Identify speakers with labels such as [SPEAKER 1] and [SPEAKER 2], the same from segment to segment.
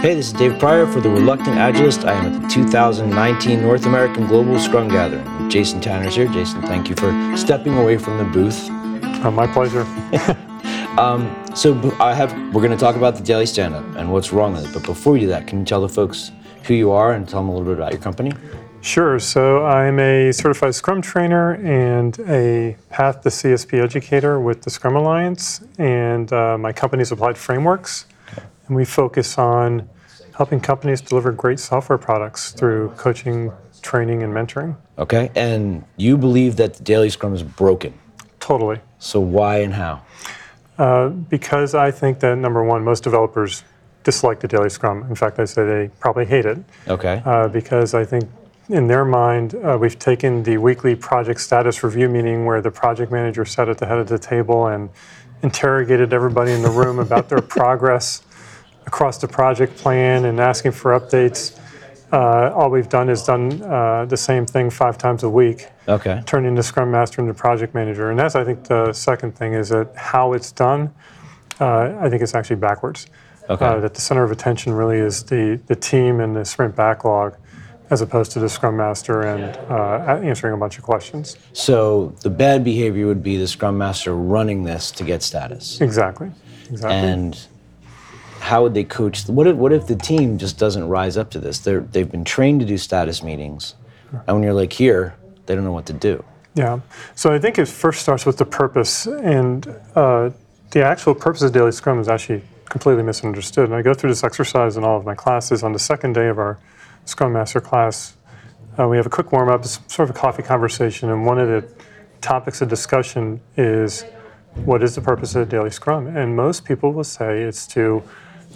[SPEAKER 1] Hey, this is Dave Pryor for The Reluctant Agilist. I am at the 2019 North American Global Scrum Gathering. Jason Tanner's here. Jason, thank you for stepping away from the booth.
[SPEAKER 2] Uh, my pleasure.
[SPEAKER 1] So b- I have we're going to talk about the daily stand-up and what's wrong with it. But before we do that, can you tell the folks who you are and tell them a little bit about your company?
[SPEAKER 2] Sure. So I'm a certified Scrum trainer and a Path to CSP educator with the Scrum Alliance, and uh, my company's Applied Frameworks, and we focus on helping companies deliver great software products through coaching, training, and mentoring.
[SPEAKER 1] Okay, and you believe that the daily scrum is broken.
[SPEAKER 2] Totally.
[SPEAKER 1] So why and how?
[SPEAKER 2] Because I think that number one, most developers dislike the daily Scrum. In fact, I say they probably hate it.
[SPEAKER 1] Okay.
[SPEAKER 2] uh, because I think in their mind, uh, we've taken the weekly project status review meeting where the project manager sat at the head of the table and interrogated everybody in the room about their progress across the project plan and asking for updates. Uh, all we've done is done uh, the same thing five times a week,
[SPEAKER 1] Okay.
[SPEAKER 2] turning the Scrum Master into project manager. And that's, I think, the second thing is that how it's done, uh, I think it's actually backwards
[SPEAKER 1] Okay.
[SPEAKER 2] uh, that the center of attention really is the, the team and the sprint backlog as opposed to the scrum master and uh, answering a bunch of questions.
[SPEAKER 1] so the bad behavior would be the scrum master running this to get status.
[SPEAKER 2] Exactly. Exactly.
[SPEAKER 1] and how would they coach what if what if the team just doesn't rise up to this they're they've been trained to do status meetings and when you're like here they don't know what to do
[SPEAKER 2] Yeah. So I think it first starts with the purpose, and uh, the actual purpose of Daily Scrum is actually completely misunderstood. And I go through this exercise in all of my classes. On the second day of our Scrum Master class, uh, we have a quick warm up, it's sort of a coffee conversation, and one of the topics of discussion is what is the purpose of Daily Scrum? And most people will say it's to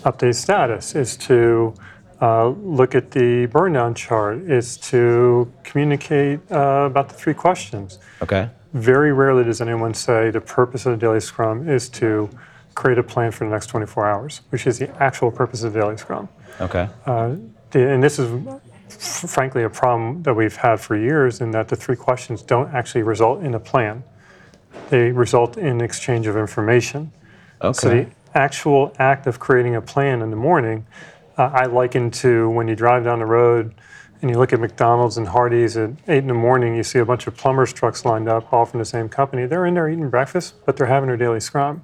[SPEAKER 2] update status, it's to uh, look at the burn down chart, it's to communicate uh, about the three questions
[SPEAKER 1] okay
[SPEAKER 2] very rarely does anyone say the purpose of the daily scrum is to create a plan for the next 24 hours, which is the actual purpose of the daily scrum.
[SPEAKER 1] okay
[SPEAKER 2] Uh, The- and this is f- frankly a problem that we've had for years in that the three questions don't actually result in a plan. They result in exchange of information. So
[SPEAKER 1] okay
[SPEAKER 2] the actual act of creating a plan in the morning, uh, I liken to when you drive down the road and you look at McDonald's and Hardee's at eight in the morning. You see a bunch of plumbers trucks lined up, all from the same company. They're in there eating breakfast, but they're having their daily scrum.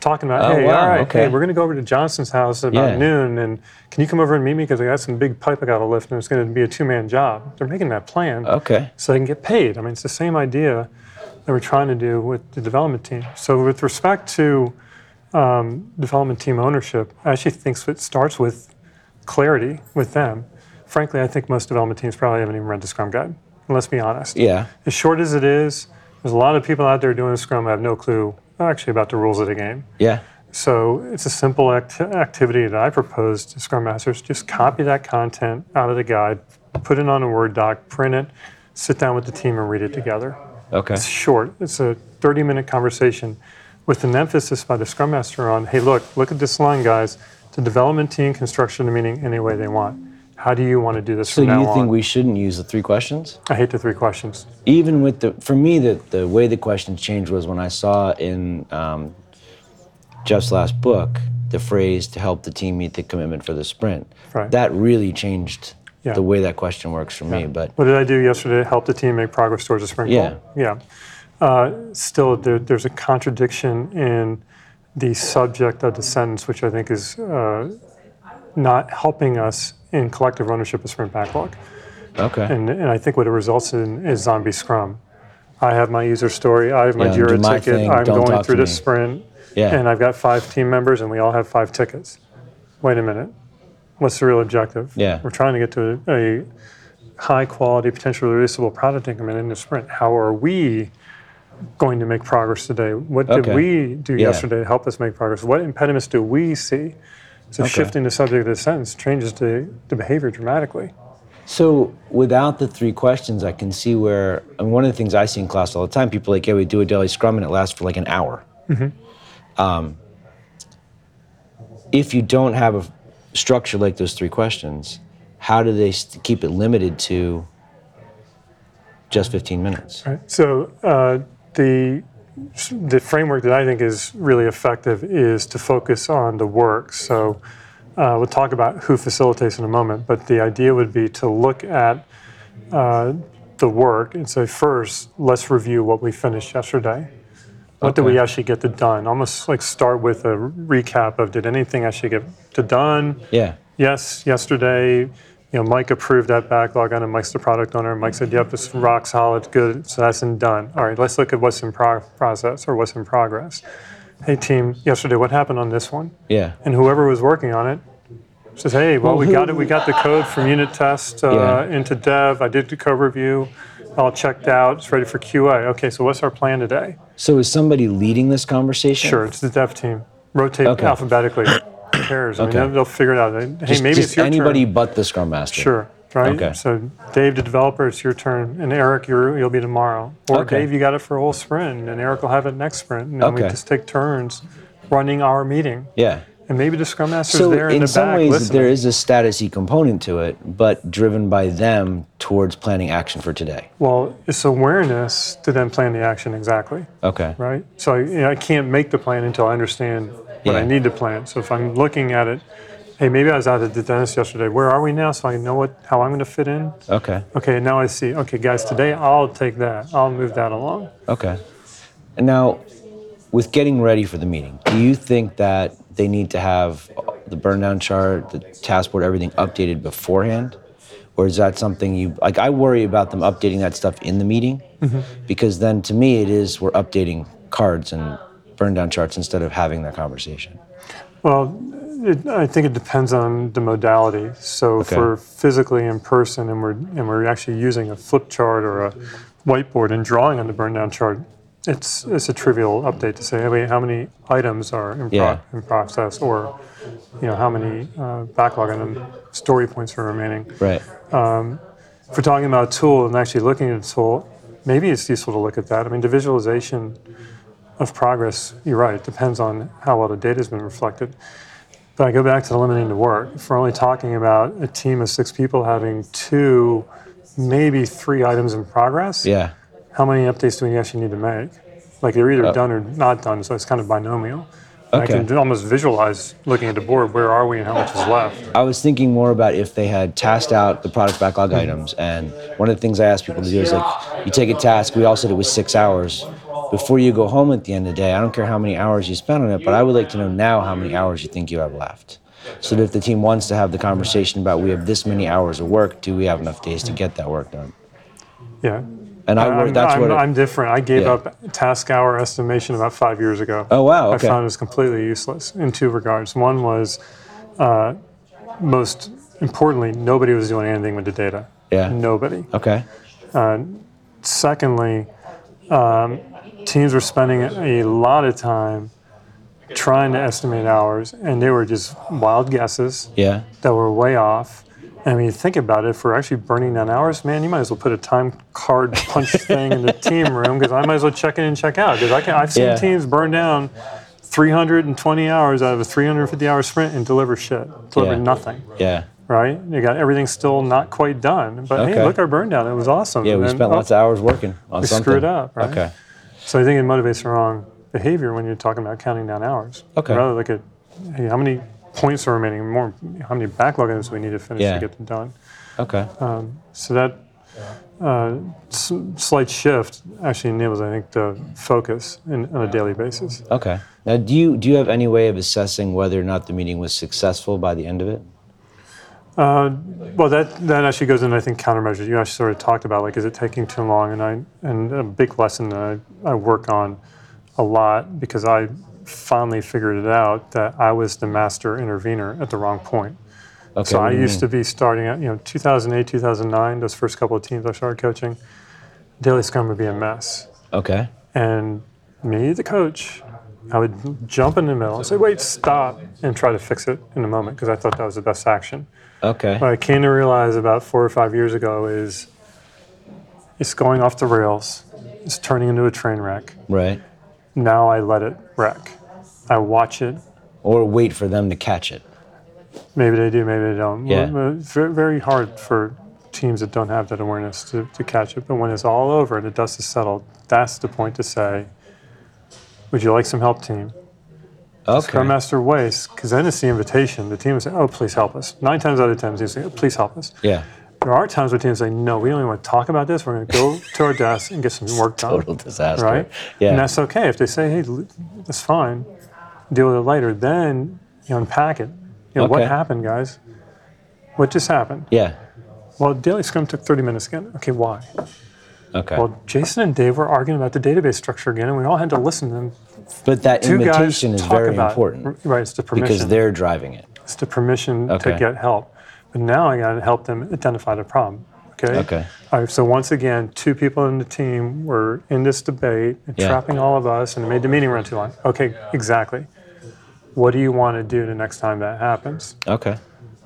[SPEAKER 2] Talking about,
[SPEAKER 1] Oh,
[SPEAKER 2] hey,
[SPEAKER 1] wow,
[SPEAKER 2] all right,
[SPEAKER 1] okay.
[SPEAKER 2] hey, we're going to go over to Johnson's house at about
[SPEAKER 1] Yeah.
[SPEAKER 2] noon, and can you come over and meet me because I got some big pipe I got to lift, and it's going to be a two-man job. They're making that plan
[SPEAKER 1] okay
[SPEAKER 2] so they can get paid. I mean, it's the same idea that we're trying to do with the development team. So, with respect to um, development team ownership, I actually think it starts with clarity with them. Frankly, I think most development teams probably haven't even read the Scrum Guide. And let's be honest.
[SPEAKER 1] yeah
[SPEAKER 2] As short as it is, there's a lot of people out there doing Scrum that have no clue actually about the rules of the game.
[SPEAKER 1] yeah
[SPEAKER 2] So it's a simple act- activity that I propose to Scrum Masters. Just copy that content out of the guide, put it on a Word doc, print it, sit down with the team and read it together.
[SPEAKER 1] okay
[SPEAKER 2] It's short. It's a 30-minute conversation with an emphasis by the Scrum Master on, hey, look, look at this line, guys. The development team can structure the meeting any way they want. How do you want to do this
[SPEAKER 1] so
[SPEAKER 2] from now
[SPEAKER 1] you
[SPEAKER 2] on?
[SPEAKER 1] think we shouldn't use the three questions
[SPEAKER 2] I hate the three questions.
[SPEAKER 1] even with the for me the, the way the questions changed was when i saw in um, jeff's last book the phrase to help the team meet the commitment for the sprint
[SPEAKER 2] Right.
[SPEAKER 1] that really changed
[SPEAKER 2] Yeah.
[SPEAKER 1] the way that question works for me but
[SPEAKER 2] What did I do yesterday to help the team make progress towards a spring
[SPEAKER 1] Yeah.
[SPEAKER 2] goal? Yeah. Uh, still, there, there's a contradiction in the subject of the sentence, which I think is uh, not helping us in collective ownership of sprint backlog.
[SPEAKER 1] okay
[SPEAKER 2] And, and I think what it results in is zombie scrum. I have my user story, I have my
[SPEAKER 1] Yeah, do
[SPEAKER 2] JIRA
[SPEAKER 1] my
[SPEAKER 2] ticket,
[SPEAKER 1] thing,
[SPEAKER 2] I'm
[SPEAKER 1] don't
[SPEAKER 2] going
[SPEAKER 1] talk
[SPEAKER 2] through
[SPEAKER 1] to
[SPEAKER 2] this
[SPEAKER 1] me.
[SPEAKER 2] sprint,
[SPEAKER 1] Yeah.
[SPEAKER 2] and I've got five team members, and we all have five tickets. Wait a minute. What's the real objective?
[SPEAKER 1] Yeah.
[SPEAKER 2] We're trying to get to a, a high quality, potentially releasable product increment in the sprint. How are we going to make progress today? What did
[SPEAKER 1] Okay.
[SPEAKER 2] we do
[SPEAKER 1] Yeah.
[SPEAKER 2] yesterday to help us make progress? What impediments do we see? So shifting the subject of the sentence changes the, the behavior dramatically.
[SPEAKER 1] So without the three questions, I can see where. I mean, one of the things I see in class all the time, people are like, yeah, we do a daily scrum and it lasts for like an hour.
[SPEAKER 2] Mm-hmm.
[SPEAKER 1] Um, if you don't have a structure like those three questions, how do they st- keep it limited to just 15 minutes?
[SPEAKER 2] Right. So uh, the the framework that I think is really effective is to focus on the work. So Uh, we'll talk about who facilitates in a moment, but the idea would be to look at uh, the work and say, first, let's review what we finished yesterday. What did
[SPEAKER 1] Okay.
[SPEAKER 2] we actually get to done? Almost like start with a recap of did anything actually get to done?
[SPEAKER 1] Yeah.
[SPEAKER 2] yes, yesterday, you know, Mike approved that backlog on it. Mike's the product owner. Mike said, yep, it's rock solid, good. So that's in done. All right, let's look at what's in pro- process or what's in progress. Hey, team, yesterday, what happened on this one?
[SPEAKER 1] Yeah.
[SPEAKER 2] And whoever was working on it says, hey, well,
[SPEAKER 1] Well,
[SPEAKER 2] we
[SPEAKER 1] who-
[SPEAKER 2] got it. We got the code from unit test uh,
[SPEAKER 1] Yeah.
[SPEAKER 2] into dev. I did the code review. All checked out. It's ready for QA. Okay, so what's our plan today?
[SPEAKER 1] So is somebody leading this conversation?
[SPEAKER 2] Sure, it's the dev team. Rotate
[SPEAKER 1] Okay.
[SPEAKER 2] alphabetically. Who cares? I mean,
[SPEAKER 1] Okay.
[SPEAKER 2] they'll- they'll figure it out. Hey,
[SPEAKER 1] Just,
[SPEAKER 2] maybe
[SPEAKER 1] just
[SPEAKER 2] it's your
[SPEAKER 1] anybody
[SPEAKER 2] turn.
[SPEAKER 1] but the Scrum Master.
[SPEAKER 2] Sure. Right.
[SPEAKER 1] Okay.
[SPEAKER 2] So Dave, the developer, it's your turn, and Eric, you're, you'll be tomorrow. Or
[SPEAKER 1] Okay.
[SPEAKER 2] Dave, you got it for a whole sprint, and Eric will have it next sprint, and we
[SPEAKER 1] Okay.
[SPEAKER 2] just take turns running our meeting.
[SPEAKER 1] Yeah.
[SPEAKER 2] And maybe the scrum master's
[SPEAKER 1] So
[SPEAKER 2] there in,
[SPEAKER 1] in
[SPEAKER 2] the
[SPEAKER 1] some
[SPEAKER 2] back
[SPEAKER 1] ways,
[SPEAKER 2] listening.
[SPEAKER 1] there is a statusy component to it, but driven by them towards planning action for today.
[SPEAKER 2] well, it's awareness to then plan the action exactly.
[SPEAKER 1] Okay.
[SPEAKER 2] right? So I, you know, I can't make the plan until I understand what I
[SPEAKER 1] Yeah.
[SPEAKER 2] need to plan. So if I'm looking at it, hey, maybe I was out at the dentist yesterday. Where are we now? So I know what how I'm going to fit in.
[SPEAKER 1] Okay.
[SPEAKER 2] Okay, now I see. Okay, guys, today I'll take that. I'll move that along.
[SPEAKER 1] Okay. And now, with getting ready for the meeting, do you think that they need to have the burn down chart, the task board, everything updated beforehand? Or is that something you like? I worry about them updating that stuff in the meeting
[SPEAKER 2] Mm-hmm.
[SPEAKER 1] because then to me, it is we're updating cards and burn down charts instead of having that conversation.
[SPEAKER 2] Well, it, I think it depends on the modality. So if
[SPEAKER 1] Okay.
[SPEAKER 2] we're physically in person and we're and we're actually using a flip chart or a whiteboard and drawing on the burn down chart, it's it's a trivial update to say, hey, wait, how many items are in, pro-
[SPEAKER 1] Yeah.
[SPEAKER 2] in process, or you know how many uh, backlog item story points are remaining.
[SPEAKER 1] Right.
[SPEAKER 2] If we're talking about a tool and actually looking at a tool, maybe it's useful to look at that. I mean, the visualization of progress, you're right, it depends on how well the data has been reflected. But I go back to eliminating the work. If we're only talking about a team of six people having two, maybe three items in progress,
[SPEAKER 1] Yeah.
[SPEAKER 2] how many updates do we actually need to make? Like they're either done or not done, so it's kind of binomial. And I
[SPEAKER 1] Okay.
[SPEAKER 2] can do- almost visualize looking at the board where are we and how much is left.
[SPEAKER 1] I was thinking more about if they had tasked out the product backlog items. And one of the things I asked people to do is like, you take a task, we all said it was six hours. Before you go home at the end of the day, I don't care how many hours you spent on it, but I would like to know now how many hours you think you have left. So that if the team wants to have the conversation about we have this many hours of work, do we have enough days to get that work done?
[SPEAKER 2] Yeah.
[SPEAKER 1] And I worry
[SPEAKER 2] I'm,
[SPEAKER 1] that's
[SPEAKER 2] I'm,
[SPEAKER 1] what.
[SPEAKER 2] I'm different. I gave
[SPEAKER 1] Yeah.
[SPEAKER 2] up task hour estimation about five years ago.
[SPEAKER 1] oh wow,
[SPEAKER 2] I found it
[SPEAKER 1] okay,
[SPEAKER 2] was completely useless in two regards. One was, uh, most importantly, nobody was doing anything with the data.
[SPEAKER 1] Yeah.
[SPEAKER 2] Nobody.
[SPEAKER 1] okay,
[SPEAKER 2] Secondly, um, teams were spending a lot of time trying to estimate hours, and they were just wild guesses
[SPEAKER 1] yeah,
[SPEAKER 2] that were way off. And when you think about it, if we're actually burning down hours, man, you might as well put a time card punch thing in the team room because I might as well check in and check out because I can. I've seen
[SPEAKER 1] Yeah.
[SPEAKER 2] teams burn down 320 hours out of a 350 hour sprint and deliver shit, deliver
[SPEAKER 1] Yeah.
[SPEAKER 2] nothing,
[SPEAKER 1] yeah,
[SPEAKER 2] right? You got everything still not quite done, but hey,
[SPEAKER 1] Okay.
[SPEAKER 2] look our burn down. It was awesome.
[SPEAKER 1] yeah.
[SPEAKER 2] And
[SPEAKER 1] We
[SPEAKER 2] then,
[SPEAKER 1] spent
[SPEAKER 2] oh,
[SPEAKER 1] lots of hours working on something.
[SPEAKER 2] screwed up, right?
[SPEAKER 1] Okay,
[SPEAKER 2] So I think it motivates the wrong behavior when you're talking about counting down hours.
[SPEAKER 1] Okay.
[SPEAKER 2] Rather look at hey, how many points are remaining, more how many backlog items we need to finish
[SPEAKER 1] Yeah.
[SPEAKER 2] to get them done.
[SPEAKER 1] okay.
[SPEAKER 2] So that uh, s- slight shift actually enables, I think, the focus in, on a daily basis.
[SPEAKER 1] Okay. Now, do you do you have any way of assessing whether or not the meeting was successful by the end of it?
[SPEAKER 2] Well, that that actually goes into I think countermeasures. You actually sort of talked about like, is it taking too long? And I and a big lesson that I, I work on a lot because I finally figured it out that I was the master intervener at the wrong point.
[SPEAKER 1] Okay.
[SPEAKER 2] So I used to be starting at, you know, 2008, 2009, those first couple of teams I started coaching, daily scrum would be a mess.
[SPEAKER 1] to. Okay.
[SPEAKER 2] And me, the coach, I would jump in the middle and say, wait, stop, and try to fix it in a moment because I thought that was the best action.
[SPEAKER 1] Okay.
[SPEAKER 2] What I came to realize about four or five years ago is it's going off the rails, it's turning into a train wreck.
[SPEAKER 1] Right.
[SPEAKER 2] Now I let it wreck. I watch it.
[SPEAKER 1] Or wait for them to catch it.
[SPEAKER 2] Maybe they do, maybe they don't.
[SPEAKER 1] Yeah.
[SPEAKER 2] Well, It's ver- very hard for teams that don't have that awareness to, to catch it. But when it's all over and the dust is settled, that's the point to say, Would you like some help, team?
[SPEAKER 1] Okay.
[SPEAKER 2] Scrum Master ways, because then it's the invitation. The team would say, oh, please help us. Nine times out of ten, teams say, oh, please help us.
[SPEAKER 1] Yeah.
[SPEAKER 2] There are times where teams say, no, we don't even want to talk about this. We're going to go to our desk and get some work done.
[SPEAKER 1] Total disaster.
[SPEAKER 2] Right?
[SPEAKER 1] Yeah.
[SPEAKER 2] And that's okay. If they say, hey, l- that's fine, deal with it later, then you unpack it. You know, what
[SPEAKER 1] Okay.
[SPEAKER 2] happened, guys? What just happened?
[SPEAKER 1] yeah.
[SPEAKER 2] Well, daily scrum took 30 minutes again. Okay, why?
[SPEAKER 1] Okay.
[SPEAKER 2] Well, Jason and Dave were arguing about the database structure again, and we all had to listen to them.
[SPEAKER 1] but that
[SPEAKER 2] Two guys
[SPEAKER 1] invitation is
[SPEAKER 2] talk
[SPEAKER 1] very
[SPEAKER 2] about
[SPEAKER 1] important
[SPEAKER 2] It. Right, it's the permission.
[SPEAKER 1] because they're driving it.
[SPEAKER 2] It's the permission
[SPEAKER 1] Okay.
[SPEAKER 2] to get help. But now I got to help them identify the problem. Okay.
[SPEAKER 1] Okay.
[SPEAKER 2] All right, so once again, two people in the team were in this debate, and
[SPEAKER 1] Yeah.
[SPEAKER 2] trapping all of us, and it made the meeting run too long. Okay, exactly. What do you want to do the next time that happens?
[SPEAKER 1] Okay.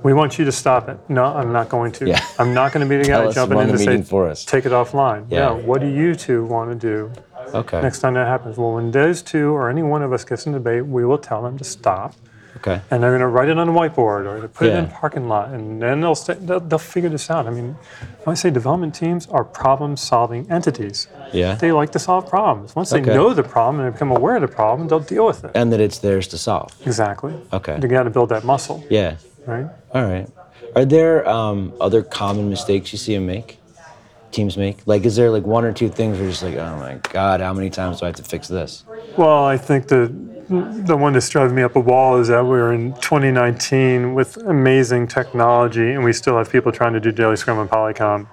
[SPEAKER 2] We want you to stop it. No, I'm not going to.
[SPEAKER 1] Yeah.
[SPEAKER 2] I'm not going to be the
[SPEAKER 1] Tell
[SPEAKER 2] guy
[SPEAKER 1] us
[SPEAKER 2] jumping
[SPEAKER 1] when
[SPEAKER 2] in
[SPEAKER 1] the
[SPEAKER 2] to say,
[SPEAKER 1] meeting for us.
[SPEAKER 2] take it offline.
[SPEAKER 1] Yeah.
[SPEAKER 2] No, what do you two want to do
[SPEAKER 1] Okay.
[SPEAKER 2] next time that happens? Well, when those two or any one of us gets in a debate, we will tell them to stop
[SPEAKER 1] Okay.
[SPEAKER 2] and they're going to write it on a whiteboard or they put it in a
[SPEAKER 1] Yeah.
[SPEAKER 2] parking lot and then they'll, st- they'll they'll figure this out. I mean, when I say development teams are problem solving entities.
[SPEAKER 1] Yeah.
[SPEAKER 2] They like to solve problems. Once
[SPEAKER 1] Okay.
[SPEAKER 2] they know the problem and they become aware of the problem, they'll deal with it.
[SPEAKER 1] and that it's theirs to solve.
[SPEAKER 2] Exactly.
[SPEAKER 1] Okay.
[SPEAKER 2] They got to build that muscle,
[SPEAKER 1] Yeah.
[SPEAKER 2] right?
[SPEAKER 1] All right. Are there um, other common mistakes you see them make? Teams make? Like, is there like one or two things where you're just like, oh my God, how many times do I have to fix this?
[SPEAKER 2] Well, I think the the one that's driving me up a wall is that we were in 2019 with amazing technology, and we still have people trying to do daily scrum and Polycom.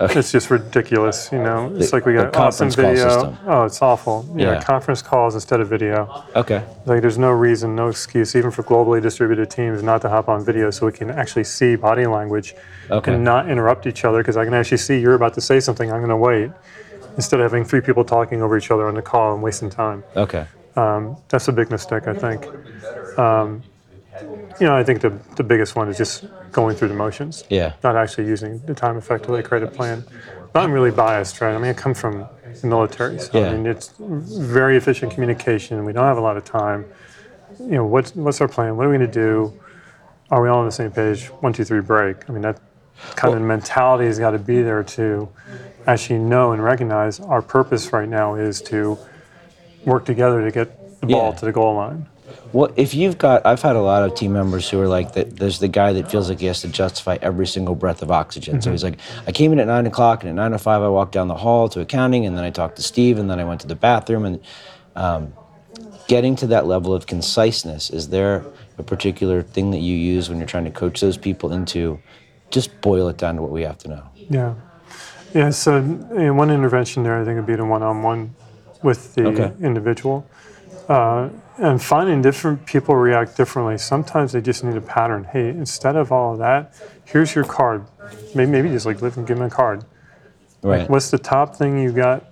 [SPEAKER 2] It's just ridiculous, you know. It's
[SPEAKER 1] The-
[SPEAKER 2] like we got
[SPEAKER 1] the
[SPEAKER 2] awesome
[SPEAKER 1] conference call
[SPEAKER 2] video.
[SPEAKER 1] system.
[SPEAKER 2] Oh, it's awful. Yeah,
[SPEAKER 1] Yeah.
[SPEAKER 2] conference calls instead of video.
[SPEAKER 1] Okay.
[SPEAKER 2] Like, there's no reason, no excuse, even for globally distributed teams, not to hop on video so we can actually see body language
[SPEAKER 1] Okay.
[SPEAKER 2] and not interrupt each other because I can actually see you're about to say something. I'm going to wait instead of having three people talking over each other on the call and wasting time.
[SPEAKER 1] Okay.
[SPEAKER 2] Um, that's a big mistake, I think. Um, you know, I think the, the biggest one is just going through the motions,
[SPEAKER 1] Yeah.
[SPEAKER 2] not actually using the time effectively to create a plan. But I'm really biased, right? I mean, I come from the military, so
[SPEAKER 1] Yeah.
[SPEAKER 2] I mean, it's very efficient communication. We don't have a lot of time. You know, what's, what's our plan? What are we going to do? Are we all on the same page? One, two, three, break. I mean, that kind of mentality has got to be there to actually know and recognize our purpose right now is to work together to get the ball
[SPEAKER 1] Yeah.
[SPEAKER 2] to the goal line.
[SPEAKER 1] Well, if you've got, I've had a lot of team members who are like that. There's the guy that feels like he has to justify every single breath of oxygen. So he's like, I came in at nine o'clock, and at nine o five, I walked down the hall to accounting, and then I talked to Steve, and then I went to the bathroom. And um, getting to that level of conciseness is there a particular thing that you use when you're trying to coach those people into? Just boil it down to what we have to know.
[SPEAKER 2] Yeah. Yeah, so you know, one intervention there, I think, would be the one on one with the
[SPEAKER 1] Okay.
[SPEAKER 2] individual. Uh, and finding different people react differently. Sometimes they just need a pattern. Hey, instead of all of that, here's your card. Maybe, maybe just like live and give them a card.
[SPEAKER 1] Right.
[SPEAKER 2] What's the top thing you got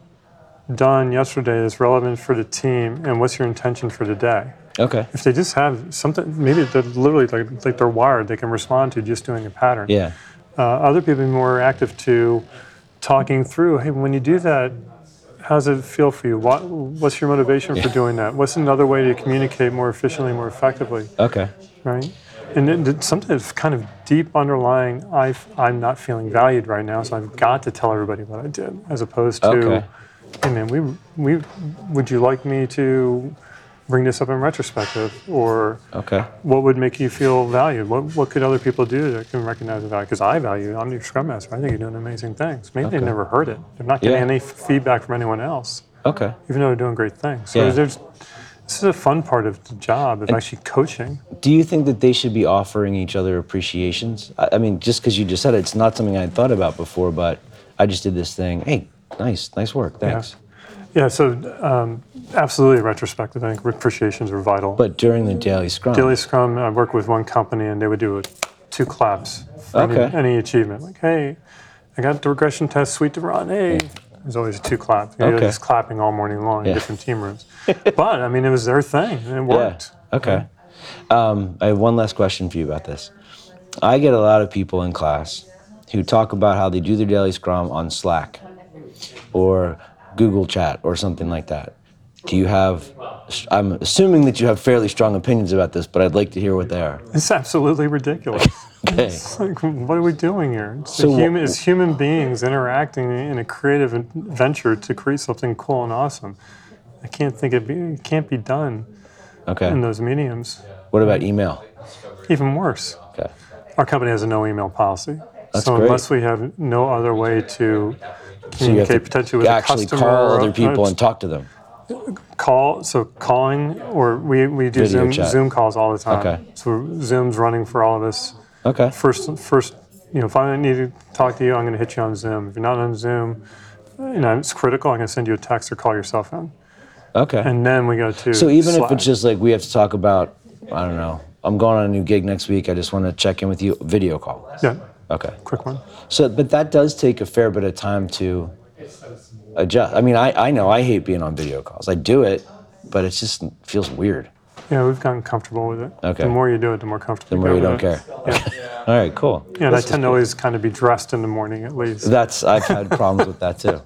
[SPEAKER 2] done yesterday that's relevant for the team, and what's your intention for the day?
[SPEAKER 1] Okay.
[SPEAKER 2] If they just have something, maybe they're literally like, like they're wired, they can respond to just doing a pattern
[SPEAKER 1] Yeah.
[SPEAKER 2] uh, other people be more active to talking through hey when you do that how does it feel for you what, what's your motivation for doing that what's another way to communicate more efficiently more effectively
[SPEAKER 1] Okay.
[SPEAKER 2] right and then th- sometimes kind of deep underlying i i'm not feeling valued right now so i've got to tell everybody what i did as opposed to
[SPEAKER 1] Okay.
[SPEAKER 2] hey man we, we would you like me to bring this up in retrospective or
[SPEAKER 1] Okay.
[SPEAKER 2] what would make you feel valued? What what could other people do that can recognize the value? Because I value you. I'm your scrum master. I think you're doing amazing things. Maybe they never heard it. They're not getting
[SPEAKER 1] Yeah.
[SPEAKER 2] any f- feedback from anyone else,
[SPEAKER 1] Okay.
[SPEAKER 2] even though they're doing great things. So
[SPEAKER 1] Yeah.
[SPEAKER 2] there's this is a fun part of the job of actually coaching.
[SPEAKER 1] Do you think that they should be offering each other appreciations? I, I mean, just because you just said it, it's not something I had thought about before, but I just did this thing. Hey, nice, nice work, thanks.
[SPEAKER 2] Yeah. So um, absolutely retrospective. I think appreciations are vital.
[SPEAKER 1] But during the daily scrum,
[SPEAKER 2] Daily Scrum, I work with one company and they would do it two claps for any-
[SPEAKER 1] Okay.
[SPEAKER 2] any, achievement. Like, hey, I got the regression test suite to run. Hey, there's always two claps. They were
[SPEAKER 1] Okay.
[SPEAKER 2] just clapping all morning long in
[SPEAKER 1] Yeah.
[SPEAKER 2] different team rooms. but I mean, it was their thing and it
[SPEAKER 1] yeah.
[SPEAKER 2] worked.
[SPEAKER 1] Okay. Um, I have one last question for you about this. I get a lot of people in class who talk about how they do their daily scrum on Slack or Google Chat or something like that. Do you have? I'm assuming that you have fairly strong opinions about this, but I'd like to hear what they are.
[SPEAKER 2] It's absolutely ridiculous.
[SPEAKER 1] Okay.
[SPEAKER 2] It's like, what are we doing here? It's,
[SPEAKER 1] So
[SPEAKER 2] a
[SPEAKER 1] wha-
[SPEAKER 2] human, it's human beings interacting in a creative en- venture to create something cool and awesome. I can't think it, be, it can't be done.
[SPEAKER 1] Okay.
[SPEAKER 2] in those mediums.
[SPEAKER 1] What about email?
[SPEAKER 2] Even worse,
[SPEAKER 1] Okay.
[SPEAKER 2] our company has a no email policy.
[SPEAKER 1] That's
[SPEAKER 2] so
[SPEAKER 1] great.
[SPEAKER 2] unless we have no other way to
[SPEAKER 1] So you have
[SPEAKER 2] communicate
[SPEAKER 1] to
[SPEAKER 2] potentially with
[SPEAKER 1] actually
[SPEAKER 2] a customer,
[SPEAKER 1] call
[SPEAKER 2] or-
[SPEAKER 1] other people
[SPEAKER 2] uh,
[SPEAKER 1] and talk to them.
[SPEAKER 2] call so calling or we, we do
[SPEAKER 1] Video
[SPEAKER 2] Zoom
[SPEAKER 1] chat.
[SPEAKER 2] Zoom calls all the time.
[SPEAKER 1] Okay.
[SPEAKER 2] So Zoom's running for all of us.
[SPEAKER 1] Okay.
[SPEAKER 2] First first you know if I need to talk to you, I'm going to hit you on Zoom. If you're not on Zoom, you know it's critical. I'm going to send you a text or call your cell phone,
[SPEAKER 1] Okay.
[SPEAKER 2] and then we go to
[SPEAKER 1] So even
[SPEAKER 2] Slack.
[SPEAKER 1] if it's just like we have to talk about, I don't know, I'm going on a new gig next week. I just want to check in with you, video call.
[SPEAKER 2] yeah,
[SPEAKER 1] Okay.
[SPEAKER 2] quick one.
[SPEAKER 1] So, but that does take a fair bit of time to adjust. I mean, I, I know I hate being on video calls. I do it, but it just feels weird.
[SPEAKER 2] Yeah, we've gotten comfortable with it.
[SPEAKER 1] Okay.
[SPEAKER 2] The more you do it, the more comfortable.
[SPEAKER 1] The more you
[SPEAKER 2] get
[SPEAKER 1] don't
[SPEAKER 2] with it.
[SPEAKER 1] care. All right, cool.
[SPEAKER 2] Yeah, and I tend to always kind of be dressed in the morning at least.
[SPEAKER 1] That's I've had problems with that too.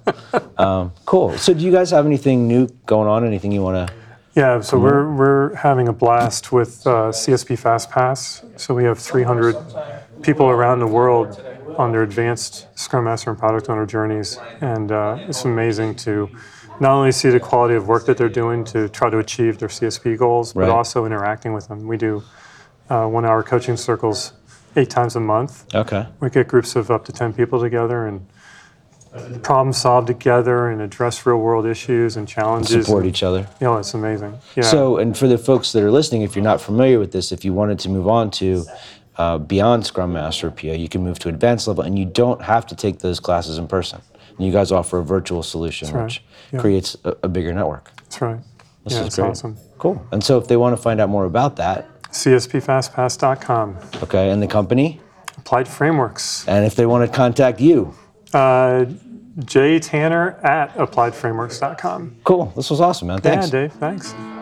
[SPEAKER 1] Um, cool. So, do you guys have anything new going on? Anything you want to?
[SPEAKER 2] Yeah,
[SPEAKER 1] Mm-hmm.
[SPEAKER 2] so we're, we're having a blast with uh, CSP FastPass. So we have 300 people around the world on their advanced Scrum Master and Product Owner journeys. And uh, it's amazing to not only see the quality of work that they're doing to try to achieve their CSP goals, but
[SPEAKER 1] Right.
[SPEAKER 2] also interacting with them. We do uh, one hour coaching circles eight times a month.
[SPEAKER 1] Okay.
[SPEAKER 2] We get groups of up to 10 people together and problem solve together and address real world issues and challenges.
[SPEAKER 1] Support each other.
[SPEAKER 2] Yeah, it's amazing. Yeah.
[SPEAKER 1] So, and for the folks that are listening, if you're not familiar with this, if you wanted to move on to uh, beyond Scrum Master or PO, you can move to advanced level, and you don't have to take those classes in person. And you guys offer a virtual solution,
[SPEAKER 2] right.
[SPEAKER 1] which
[SPEAKER 2] Yeah.
[SPEAKER 1] creates a, a bigger network.
[SPEAKER 2] That's right.
[SPEAKER 1] This
[SPEAKER 2] yeah,
[SPEAKER 1] is
[SPEAKER 2] it's
[SPEAKER 1] great.
[SPEAKER 2] awesome.
[SPEAKER 1] Cool. And so, if they want to find out more about that,
[SPEAKER 2] CSPFastpass.com.
[SPEAKER 1] okay, and the company,
[SPEAKER 2] Applied Frameworks.
[SPEAKER 1] and if they want to contact you,
[SPEAKER 2] Uh, Jay Tanner at AppliedFrameworks.com.
[SPEAKER 1] cool. This was awesome, man. Thanks.
[SPEAKER 2] Yeah, Dave, thanks.